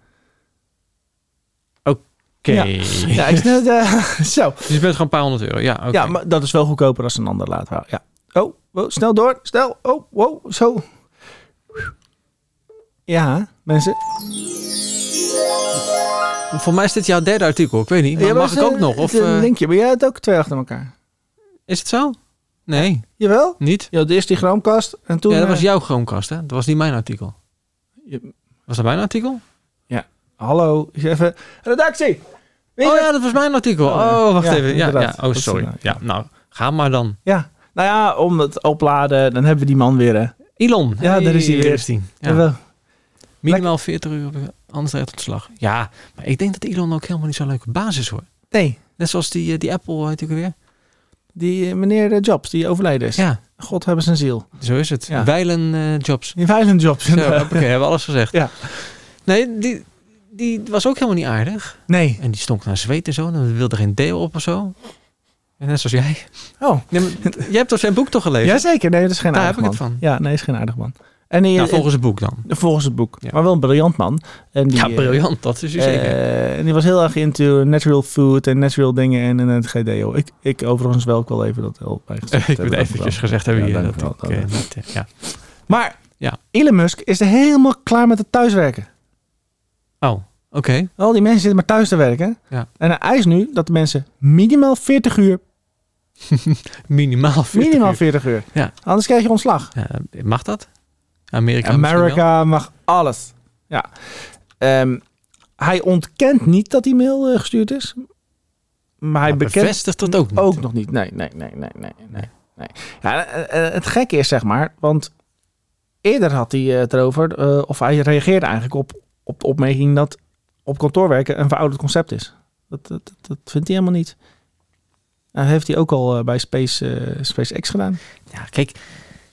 [SPEAKER 2] Oké.
[SPEAKER 1] Ja.
[SPEAKER 2] *laughs*
[SPEAKER 1] Ja, ik snap het, eh, *laughs* zo.
[SPEAKER 2] Dus je bent gewoon een paar honderd euro. Ja, oké.
[SPEAKER 1] Ja, maar dat is wel goedkoper als een ander laadpaal. Ja. Oh, wow, snel door. Snel. Oh, wow, zo. Ja, mensen.
[SPEAKER 2] Voor mij is dit jouw derde artikel. Ik weet niet. Maar
[SPEAKER 1] Ja,
[SPEAKER 2] mag
[SPEAKER 1] maar
[SPEAKER 2] ik
[SPEAKER 1] ze-
[SPEAKER 2] ook nog? Of
[SPEAKER 1] het, eh,
[SPEAKER 2] eh,
[SPEAKER 1] linkje, maar jij hebt ook twee achter elkaar.
[SPEAKER 2] is het zo? Nee,
[SPEAKER 1] Jawel.
[SPEAKER 2] niet.
[SPEAKER 1] Je had eerst die Chromecast en toen...
[SPEAKER 2] ja, dat was
[SPEAKER 1] eh,
[SPEAKER 2] jouw Chromecast, hè? Dat was niet mijn artikel.
[SPEAKER 1] je-
[SPEAKER 2] Was dat mijn artikel?
[SPEAKER 1] Hallo, is even... Redactie! Wie
[SPEAKER 2] Oh
[SPEAKER 1] is-
[SPEAKER 2] ja, dat was mijn artikel.
[SPEAKER 1] Oh, ja.
[SPEAKER 2] Oh, wacht
[SPEAKER 1] Ja,
[SPEAKER 2] even. Ja, ja.
[SPEAKER 1] inderdaad.
[SPEAKER 2] Oh,
[SPEAKER 1] Dat is
[SPEAKER 2] sorry.
[SPEAKER 1] inderdaad, ja.
[SPEAKER 2] Ja, nou, ga maar dan.
[SPEAKER 1] Ja. Nou ja, om het opladen, dan hebben we die man weer. Hè.
[SPEAKER 2] Elon.
[SPEAKER 1] Ja, daar is hij weer.
[SPEAKER 2] Ja.
[SPEAKER 1] Jawel.
[SPEAKER 2] Minimaal 40 uur, anders rijdt ontslag. Ja, maar ik denk dat Elon ook helemaal niet zo'n leuke basis hoor.
[SPEAKER 1] Nee,
[SPEAKER 2] Net zoals die, eh, die Apple natuurlijk weer.
[SPEAKER 1] die eh, meneer eh, Jobs die overleden is.
[SPEAKER 2] Ja,
[SPEAKER 1] God hebben zijn ziel.
[SPEAKER 2] zo is het.
[SPEAKER 1] Ja.
[SPEAKER 2] Weilen eh, Jobs.
[SPEAKER 1] Die Violent Jobs. *laughs*
[SPEAKER 2] Zo, hoppakee, hebben we alles gezegd.
[SPEAKER 1] Ja.
[SPEAKER 2] Nee, die, die was ook helemaal niet aardig.
[SPEAKER 1] Nee.
[SPEAKER 2] En die stonk naar zweet en zo. En we wilde geen deel op of zo. En net zoals jij.
[SPEAKER 1] Oh,
[SPEAKER 2] Nee, maar *laughs* jij hebt toch zijn boek toch gelezen?
[SPEAKER 1] jazeker. Nee, dat is geen
[SPEAKER 2] Daar
[SPEAKER 1] aardig
[SPEAKER 2] heb ik het
[SPEAKER 1] man.
[SPEAKER 2] van.
[SPEAKER 1] Ja, nee, is geen aardig man. En die, eh,
[SPEAKER 2] Nou, volgens het boek dan.
[SPEAKER 1] volgens het boek.
[SPEAKER 2] Ja.
[SPEAKER 1] Maar wel een briljant man. En die,
[SPEAKER 2] Ja,
[SPEAKER 1] eh,
[SPEAKER 2] briljant. Dat is u
[SPEAKER 1] eh,
[SPEAKER 2] zeker.
[SPEAKER 1] en die was heel erg into natural food en natural dingen en, en het GDO. Ik, ik overigens wel, ik wil even dat help bij gezegd
[SPEAKER 2] *laughs* ik moet
[SPEAKER 1] hebben,
[SPEAKER 2] eventjes
[SPEAKER 1] dankjewel.
[SPEAKER 2] gezegd hebben
[SPEAKER 1] Ja,
[SPEAKER 2] hier.
[SPEAKER 1] dank
[SPEAKER 2] dat
[SPEAKER 1] u wel,
[SPEAKER 2] ik, eh,
[SPEAKER 1] dank u
[SPEAKER 2] niet, eh, ja.
[SPEAKER 1] Maar
[SPEAKER 2] Ja.
[SPEAKER 1] Elon Musk is er helemaal klaar met het thuiswerken.
[SPEAKER 2] Oh, oké.
[SPEAKER 1] Al die mensen zitten maar thuis te werken.
[SPEAKER 2] Ja.
[SPEAKER 1] En hij eist nu dat de mensen minimaal 40 uur,
[SPEAKER 2] Minimaal 40
[SPEAKER 1] minimaal
[SPEAKER 2] uur.
[SPEAKER 1] 40 uur.
[SPEAKER 2] Ja.
[SPEAKER 1] Anders krijg je ontslag.
[SPEAKER 2] Ja, mag dat? Amerika misschien wel.
[SPEAKER 1] Amerika mag alles. Ja. Ehm, hij ontkent niet dat die mail eh, gestuurd is. Maar hij
[SPEAKER 2] Maar
[SPEAKER 1] bekent
[SPEAKER 2] bevestigt dat Nou, ook niet.
[SPEAKER 1] ook nog niet. Nee, nee, nee, nee, nee, nee. nee. Ja, eh, eh, het gekke is, zeg maar, want eerder had hij eh, het erover, eh, of hij reageerde eigenlijk op, op de opmerking dat op kantoor werken een verouderd concept is. Dat, dat, dat- dat vindt hij helemaal niet. Dat heeft hij ook al eh, bij Space, eh, SpaceX gedaan.
[SPEAKER 2] Ja, kijk,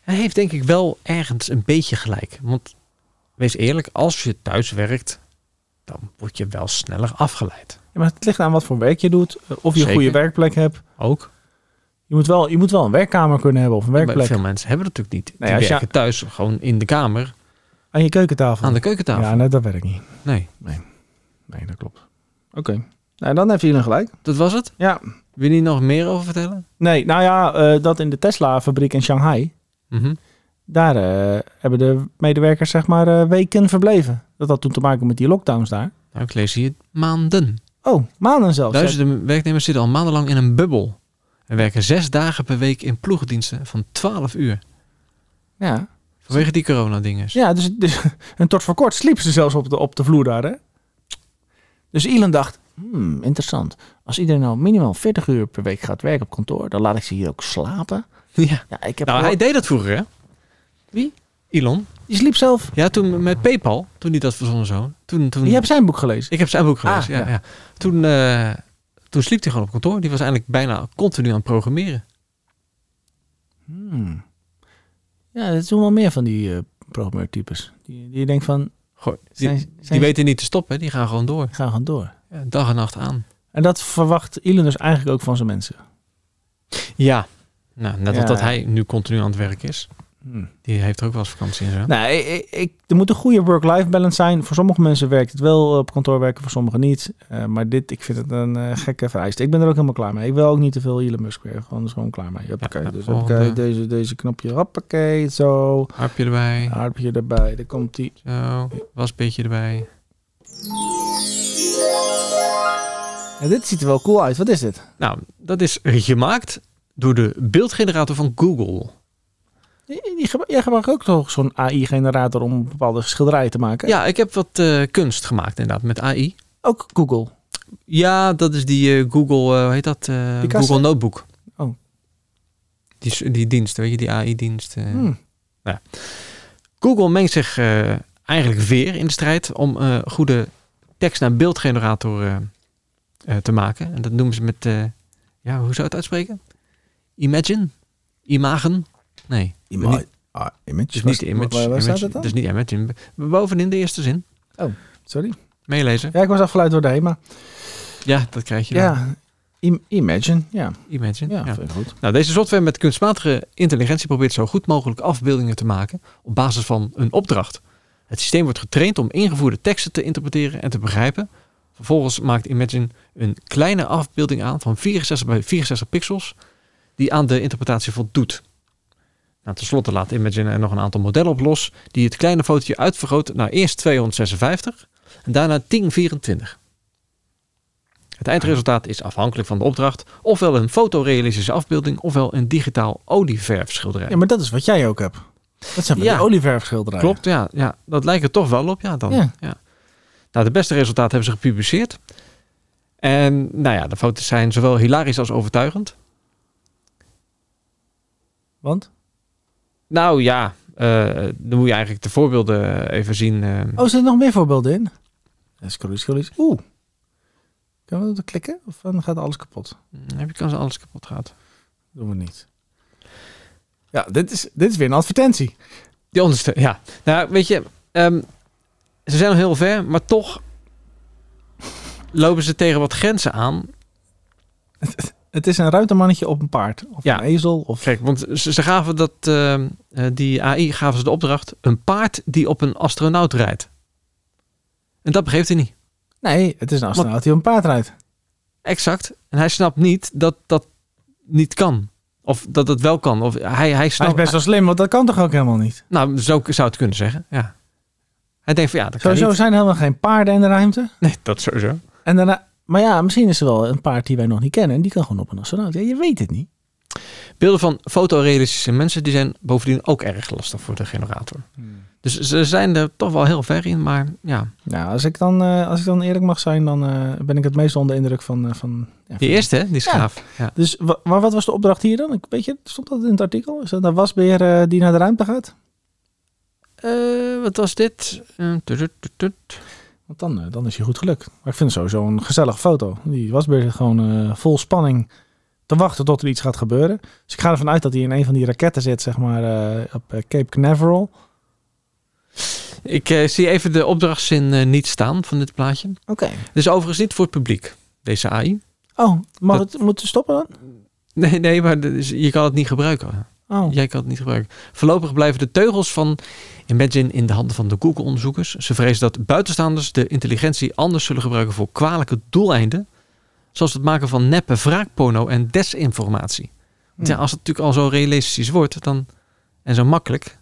[SPEAKER 2] hij heeft denk ik wel ergens een beetje gelijk. Want wees eerlijk, als je thuis werkt, dan word je wel sneller afgeleid.
[SPEAKER 1] Ja, maar het ligt aan wat voor werk je doet, eh, of je een goede
[SPEAKER 2] Zeker.
[SPEAKER 1] werkplek hebt.
[SPEAKER 2] Ook.
[SPEAKER 1] Je moet, wel, je moet wel een werkkamer kunnen hebben of een
[SPEAKER 2] Maar
[SPEAKER 1] werkplek
[SPEAKER 2] veel mensen hebben dat natuurlijk niet. Die
[SPEAKER 1] Nee, als je-
[SPEAKER 2] werken thuis gewoon in de kamer
[SPEAKER 1] aan je keukentafel.
[SPEAKER 2] aan de keukentafel.
[SPEAKER 1] Ja, nee, dat werkt niet.
[SPEAKER 2] Nee,
[SPEAKER 1] Nee, dat klopt. Oké. Nou, dan heeft jullie gelijk.
[SPEAKER 2] dat was het.
[SPEAKER 1] Ja.
[SPEAKER 2] Wil je hier nog meer over vertellen?
[SPEAKER 1] Nee, nou ja, eh, dat in de Tesla-fabriek in Shanghai,
[SPEAKER 2] Mhm.
[SPEAKER 1] daar eh, hebben de medewerkers zeg maar eh, weken verbleven. Dat had toen te maken met die lockdowns daar.
[SPEAKER 2] Nou, ik lees hier maanden.
[SPEAKER 1] Oh, maanden zelfs.
[SPEAKER 2] Duizenden werknemers zitten al maandenlang in een bubbel. En werken zes dagen per week in ploegdiensten van 12 uur.
[SPEAKER 1] Ja,
[SPEAKER 2] Vanwege die coronadinges.
[SPEAKER 1] ja dus, dus *laughs* en tot voor kort sliepen ze zelfs op de, op de vloer daar, hè? Dus Elon dacht, hmm, interessant. Als iedereen nou minimaal 40 uur per week gaat werken op kantoor, dan laat ik ze hier ook slapen.
[SPEAKER 2] Ja.
[SPEAKER 1] Ja, ik heb
[SPEAKER 2] Nou, hij
[SPEAKER 1] gehoord-
[SPEAKER 2] deed dat vroeger, hè?
[SPEAKER 1] Wie?
[SPEAKER 2] Elon.
[SPEAKER 1] Die sliep zelf.
[SPEAKER 2] Ja, toen met PayPal, toen hij dat verzonnen zo. Toen, toen,
[SPEAKER 1] Je hebt zijn boek gelezen.
[SPEAKER 2] Ik heb zijn boek gelezen.
[SPEAKER 1] Ah,
[SPEAKER 2] ja,
[SPEAKER 1] ja.
[SPEAKER 2] ja. Toen, eh, toen sliep hij gewoon op kantoor. Die was eigenlijk bijna continu aan het programmeren. Hmm.
[SPEAKER 1] Ja, dat is toen wel meer van die eh, programmeurtypes. Die, die denkt van,
[SPEAKER 2] Goh, die,
[SPEAKER 1] zijn,
[SPEAKER 2] die
[SPEAKER 1] zijn-
[SPEAKER 2] weten niet te stoppen, hè. die gaan gewoon door.
[SPEAKER 1] gaan gewoon door.
[SPEAKER 2] Ja, dag en nacht aan.
[SPEAKER 1] En dat verwacht Elon dus eigenlijk ook van zijn mensen.
[SPEAKER 2] Ja. Nou, net
[SPEAKER 1] Ja.
[SPEAKER 2] als dat hij nu continu aan het werk is. Die heeft er ook wel eens vakantie en zo.
[SPEAKER 1] Nee, Nou, ik, ik- er moet een goede work-life balance zijn. Voor sommige mensen werkt het wel eh, op kantoor werken, voor sommigen niet. Eh, maar dit, ik vind het een eh, gekke vereiste. Ik ben er ook helemaal klaar mee. Ik wil ook niet te veel Elon Musk weer. Gewoon, is gewoon klaar mee. Hoppakee,
[SPEAKER 2] ja,
[SPEAKER 1] dus
[SPEAKER 2] volgende.
[SPEAKER 1] hoppakee, deze, deze knopje, hoppakee, zo.
[SPEAKER 2] Harpje erbij.
[SPEAKER 1] Harpje erbij, daar komt die.
[SPEAKER 2] Zo. Wasbeetje erbij.
[SPEAKER 1] Ja, dit ziet er wel cool uit. Wat is dit?
[SPEAKER 2] Nou, dat is gemaakt door de beeldgenerator van Google.
[SPEAKER 1] Die- die gebru- jij gebruikt ook toch zo'n AI-generator om bepaalde schilderijen te maken?
[SPEAKER 2] Ja, ik heb wat eh, kunst gemaakt inderdaad met AI.
[SPEAKER 1] Ook Google.
[SPEAKER 2] Ja, dat is die eh, Google, eh, hoe heet dat? Eh,
[SPEAKER 1] Picasso?
[SPEAKER 2] Google Notebook.
[SPEAKER 1] Oh.
[SPEAKER 2] Die, s- die dienst, weet je, die AI-dienst. eh.
[SPEAKER 1] Hmm.
[SPEAKER 2] Google mengt zich eh, eigenlijk weer in de strijd om eh, goede tekst naar beeldgenerator eh, eh, te maken. En dat noemen ze met, eh, ja, hoe zou je het uitspreken? Imagine? Imagen? Nee, Ima-
[SPEAKER 1] Niet- ah,
[SPEAKER 2] het
[SPEAKER 1] image.
[SPEAKER 2] is niet de image.
[SPEAKER 1] Waar, waar
[SPEAKER 2] image,
[SPEAKER 1] staat het dan?
[SPEAKER 2] Het is niet imagine. Bovenin de eerste zin.
[SPEAKER 1] Dus- Sorry.
[SPEAKER 2] Meelezen.
[SPEAKER 1] Ja, ik was afgeleid door de HEMA.
[SPEAKER 2] Ja, dat krijg je
[SPEAKER 1] Ja.
[SPEAKER 2] dan.
[SPEAKER 1] Im- imagine. Ja.
[SPEAKER 2] Imagine.
[SPEAKER 1] Ja,
[SPEAKER 2] ja.
[SPEAKER 1] vind ik goed.
[SPEAKER 2] Nou, deze software met kunstmatige intelligentie probeert zo goed mogelijk afbeeldingen te maken op basis van een opdracht. Het systeem wordt getraind om ingevoerde teksten te interpreteren en te begrijpen. Vervolgens maakt Imagine een kleine afbeelding aan van 64 bij 64 pixels die aan de interpretatie voldoet. Nou, Ten slotte laat Imagine er nog een aantal modellen op los die het kleine fotootje uitvergroot naar eerst 256 en daarna 1024. Het eindresultaat is afhankelijk van de opdracht, ofwel een fotorealistische afbeelding, ofwel een digitaal olieverfschilderij.
[SPEAKER 1] Ja, maar dat is wat jij ook hebt. Dat zijn van
[SPEAKER 2] Ja.
[SPEAKER 1] die olieverfschilderijen.
[SPEAKER 2] Klopt, ja, ja. Dat lijkt er toch wel op, ja dan.
[SPEAKER 1] Ja.
[SPEAKER 2] Ja. Nou, de beste resultaten hebben ze gepubliceerd. En nou ja, de foto's zijn zowel hilarisch als overtuigend.
[SPEAKER 1] Want?
[SPEAKER 2] Nou ja, eh, dan moet je eigenlijk de voorbeelden even zien. eh.
[SPEAKER 1] Oh, zit er nog meer voorbeelden in? Eh, Scrollie, scrollie. Oeh. Oké, Kan we dat klikken? Of eh, dan gaat alles kapot?
[SPEAKER 2] Heb je kans dat alles kapot gaat?
[SPEAKER 1] Doen we niet. Ja, dit is, dit is weer een advertentie.
[SPEAKER 2] Die onderste, ja. Nou, weet je, ehm, ze zijn nog heel ver, maar toch lopen ze tegen wat grenzen aan.
[SPEAKER 1] Het is een ruitermannetje op een paard. Of
[SPEAKER 2] Ja.
[SPEAKER 1] een ezel. Of...
[SPEAKER 2] Kijk, want ze, ze gaven dat, ehm, eh, die AI gaven ze de opdracht, een paard die op een astronaut rijdt. En dat begreep hij niet.
[SPEAKER 1] Nee, het is een astronaut die op een paard rijdt.
[SPEAKER 2] Exact. En hij snapt niet dat dat niet kan. Of dat het wel kan. Of hij, hij
[SPEAKER 1] Hij is
[SPEAKER 2] snapt...
[SPEAKER 1] best wel slim, want dat kan toch ook helemaal niet?
[SPEAKER 2] Nou, zo zou het kunnen zeggen, ja. Hij denkt van ja, dat kan
[SPEAKER 1] Sowieso
[SPEAKER 2] niet.
[SPEAKER 1] zijn er helemaal geen paarden in de ruimte.
[SPEAKER 2] Nee, dat sowieso.
[SPEAKER 1] En daarna, maar ja, misschien is er wel een paard die wij nog niet kennen. En die kan gewoon op een astronaut. Ja, je weet het niet.
[SPEAKER 2] Beelden van fotorealistische mensen die zijn bovendien ook erg lastig voor de generator.
[SPEAKER 1] Hmm.
[SPEAKER 2] Dus ze zijn er toch wel heel ver in, maar ja.
[SPEAKER 1] Nou, als ik dan, eh, als ik dan eerlijk mag zijn, dan eh, ben ik het meest onder indruk van... eh, van ja,
[SPEAKER 2] Die
[SPEAKER 1] van-
[SPEAKER 2] eerste, hè, die is
[SPEAKER 1] Ja.
[SPEAKER 2] gaaf. Ja.
[SPEAKER 1] Dus, wa- maar wat was de opdracht hier dan? Ik weet je, stond dat in het artikel? Is dat een wasbeer eh, die naar de ruimte gaat?
[SPEAKER 2] Eh, wat was dit? Eh, tut, tut, tut.
[SPEAKER 1] Want dan, eh, dan is je goed gelukt. Maar ik vind het sowieso een gezellige foto. Die wasbeer zit gewoon eh, vol spanning te wachten tot er iets gaat gebeuren. Dus ik ga ervan uit dat hij in een van die raketten zit, zeg maar, eh, op eh, Cape Canaveral.
[SPEAKER 2] Ik eh, zie even de opdrachtszin eh, niet staan van dit plaatje.
[SPEAKER 1] Oké.
[SPEAKER 2] Dit is overigens niet voor het publiek, deze AI.
[SPEAKER 1] Oh, mag
[SPEAKER 2] Dat-
[SPEAKER 1] het, moeten we stoppen dan?
[SPEAKER 2] *laughs* Nee, nee maar dit is- je kan het niet gebruiken.
[SPEAKER 1] Oh,
[SPEAKER 2] Jij kan het niet gebruiken. Voorlopig blijven de teugels van Imagine in de handen van de Google-onderzoekers. Ze vrezen dat buitenstaanders de intelligentie anders zullen gebruiken voor kwalijke doeleinden. Zoals het maken van neppe wraakporno en desinformatie. Want ja,
[SPEAKER 1] Hmm.
[SPEAKER 2] als het natuurlijk al zo realistisch wordt dan, en zo makkelijk,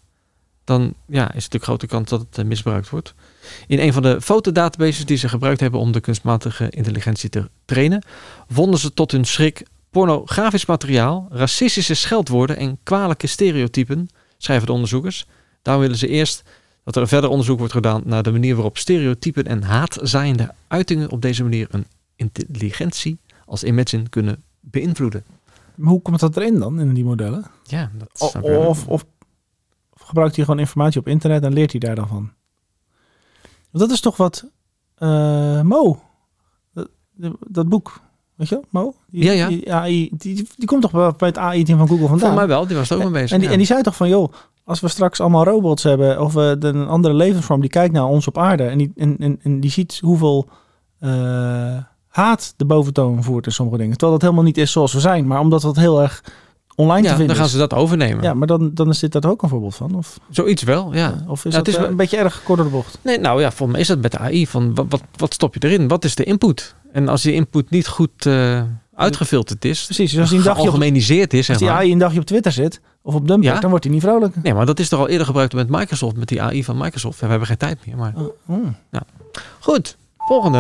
[SPEAKER 2] dan ja, is natuurlijk grote kans dat het eh, misbruikt wordt. In een van de fotodatabases die ze gebruikt hebben om de kunstmatige intelligentie te trainen, vonden ze tot hun schrik pornografisch materiaal, racistische scheldwoorden en kwalijke stereotypen, schrijven de onderzoekers. Daar willen ze eerst dat er verder onderzoek wordt gedaan naar de manier waarop stereotypen en haatzaaiende uitingen op deze manier een intelligentie als imagine kunnen beïnvloeden.
[SPEAKER 1] maar hoe komt dat erin dan, in die modellen?
[SPEAKER 2] Ja, dat
[SPEAKER 1] O-
[SPEAKER 2] snap ik wel.
[SPEAKER 1] Of, of, of gebruikt hij gewoon informatie op internet en leert hij daar dan van? Want dat is toch wat eh, Mo, dat, dat boek, weet je wel, Mo? Die,
[SPEAKER 2] Ja, ja.
[SPEAKER 1] Die, AI, die, die, die komt toch wel bij het AI-team van Google vandaan?
[SPEAKER 2] Volgens mij wel, die was er ook mee bezig.
[SPEAKER 1] en, die,
[SPEAKER 2] ja.
[SPEAKER 1] en die zei toch van, joh, als we straks allemaal robots hebben... of we de- een andere levensvorm die kijkt naar ons op aarde... en die, en, en, en die ziet hoeveel eh, haat de boventoon voert in sommige dingen. Terwijl dat helemaal niet is zoals we zijn. Maar omdat dat heel erg online te
[SPEAKER 2] ja,
[SPEAKER 1] vinden
[SPEAKER 2] dan gaan
[SPEAKER 1] is.
[SPEAKER 2] ze dat overnemen.
[SPEAKER 1] Ja, maar dan, dan is dit daar ook een voorbeeld van? Of,
[SPEAKER 2] Zoiets wel, ja.
[SPEAKER 1] of is
[SPEAKER 2] Ja, het
[SPEAKER 1] dat
[SPEAKER 2] is
[SPEAKER 1] eh,
[SPEAKER 2] wel-
[SPEAKER 1] een beetje erg kort door de bocht?
[SPEAKER 2] Nee, nou ja, volgens mij is dat met de AI. Van wat, wat, wat stop je erin? Wat is de input? En als die input niet goed eh, uitgefilterd is,
[SPEAKER 1] Precies, dus als die, een dagje op,
[SPEAKER 2] gealgemeniseerd is,
[SPEAKER 1] als
[SPEAKER 2] zeg
[SPEAKER 1] die
[SPEAKER 2] maar.
[SPEAKER 1] AI een dagje op Twitter zit... of op Dumper,
[SPEAKER 2] Ja.
[SPEAKER 1] dan wordt hij niet vrolijk.
[SPEAKER 2] Nee, maar dat is toch al eerder gebruikt met Microsoft, met die AI van Microsoft. Ja, we hebben geen tijd meer, maar...
[SPEAKER 1] Oh, hmm.
[SPEAKER 2] Goed,
[SPEAKER 1] Nou
[SPEAKER 2] volgende.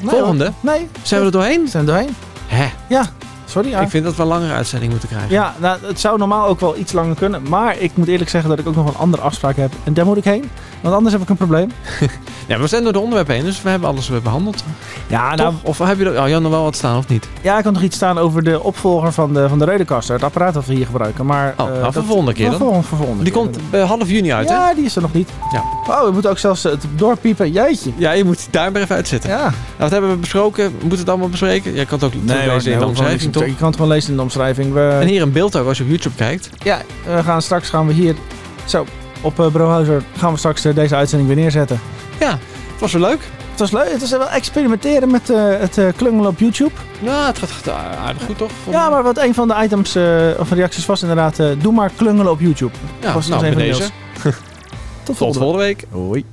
[SPEAKER 1] Nee,
[SPEAKER 2] volgende.
[SPEAKER 1] hoor. Nee,
[SPEAKER 2] Zijn we er doorheen?
[SPEAKER 1] zijn we doorheen?
[SPEAKER 2] Hè,
[SPEAKER 1] Sorry, ja.
[SPEAKER 2] ik vind dat we een langere uitzending moeten krijgen.
[SPEAKER 1] Ja, nou, het zou normaal ook wel iets langer kunnen. Maar ik moet eerlijk zeggen dat ik ook nog een andere afspraak heb. En daar moet ik heen. Want anders heb ik een probleem.
[SPEAKER 2] Ja, we zijn door de onderwerpen heen, dus we hebben alles weer behandeld.
[SPEAKER 1] Ja, nou,
[SPEAKER 2] Toch? Of heb je er oh, Jan, nog wel wat staan of niet?
[SPEAKER 1] ja, ik kan nog iets staan over de opvolger van de, van de Reudecaster. Het apparaat dat we hier gebruiken. Maar,
[SPEAKER 2] nou,
[SPEAKER 1] eh,
[SPEAKER 2] voor
[SPEAKER 1] dat-
[SPEAKER 2] volgende keer
[SPEAKER 1] voor
[SPEAKER 2] dan.
[SPEAKER 1] volgende- voor volgende
[SPEAKER 2] Die
[SPEAKER 1] keer.
[SPEAKER 2] komt eh, half juni uit, hè?
[SPEAKER 1] Ja, die is er nog niet.
[SPEAKER 2] Ja.
[SPEAKER 1] Oh, we moeten ook zelfs eh, het doorpiepen. Jeetje.
[SPEAKER 2] Ja, je moet die daar maar even uitzetten.
[SPEAKER 1] Ja.
[SPEAKER 2] Nou, wat hebben we besproken? We moeten het allemaal bespreken. Jij kan het ook teruglezen in de omschrijving, toch?
[SPEAKER 1] Je kan het gewoon lezen in de omschrijving.
[SPEAKER 2] En
[SPEAKER 1] We,
[SPEAKER 2] hier een beeld ook, als je op YouTube kijkt.
[SPEAKER 1] ja, we gaan straks gaan we hier... Zo, op eh Brohouser gaan we straks eh, deze uitzending weer neerzetten.
[SPEAKER 2] Ja, het was wel leuk.
[SPEAKER 1] Het was leuk. Het is wel experimenteren met eh, het eh, klungelen op YouTube.
[SPEAKER 2] Nou, het gaat, gaat aardig goed, toch?
[SPEAKER 1] Ja, maar wat een van de items eh, of reacties was inderdaad... eh, doe maar klungelen op YouTube.
[SPEAKER 2] Ja,
[SPEAKER 1] was
[SPEAKER 2] nou,
[SPEAKER 1] dus een
[SPEAKER 2] bij
[SPEAKER 1] van de
[SPEAKER 2] deze.
[SPEAKER 1] mails. Tot
[SPEAKER 2] Tot
[SPEAKER 1] volgende
[SPEAKER 2] volgende week.
[SPEAKER 1] Hoi.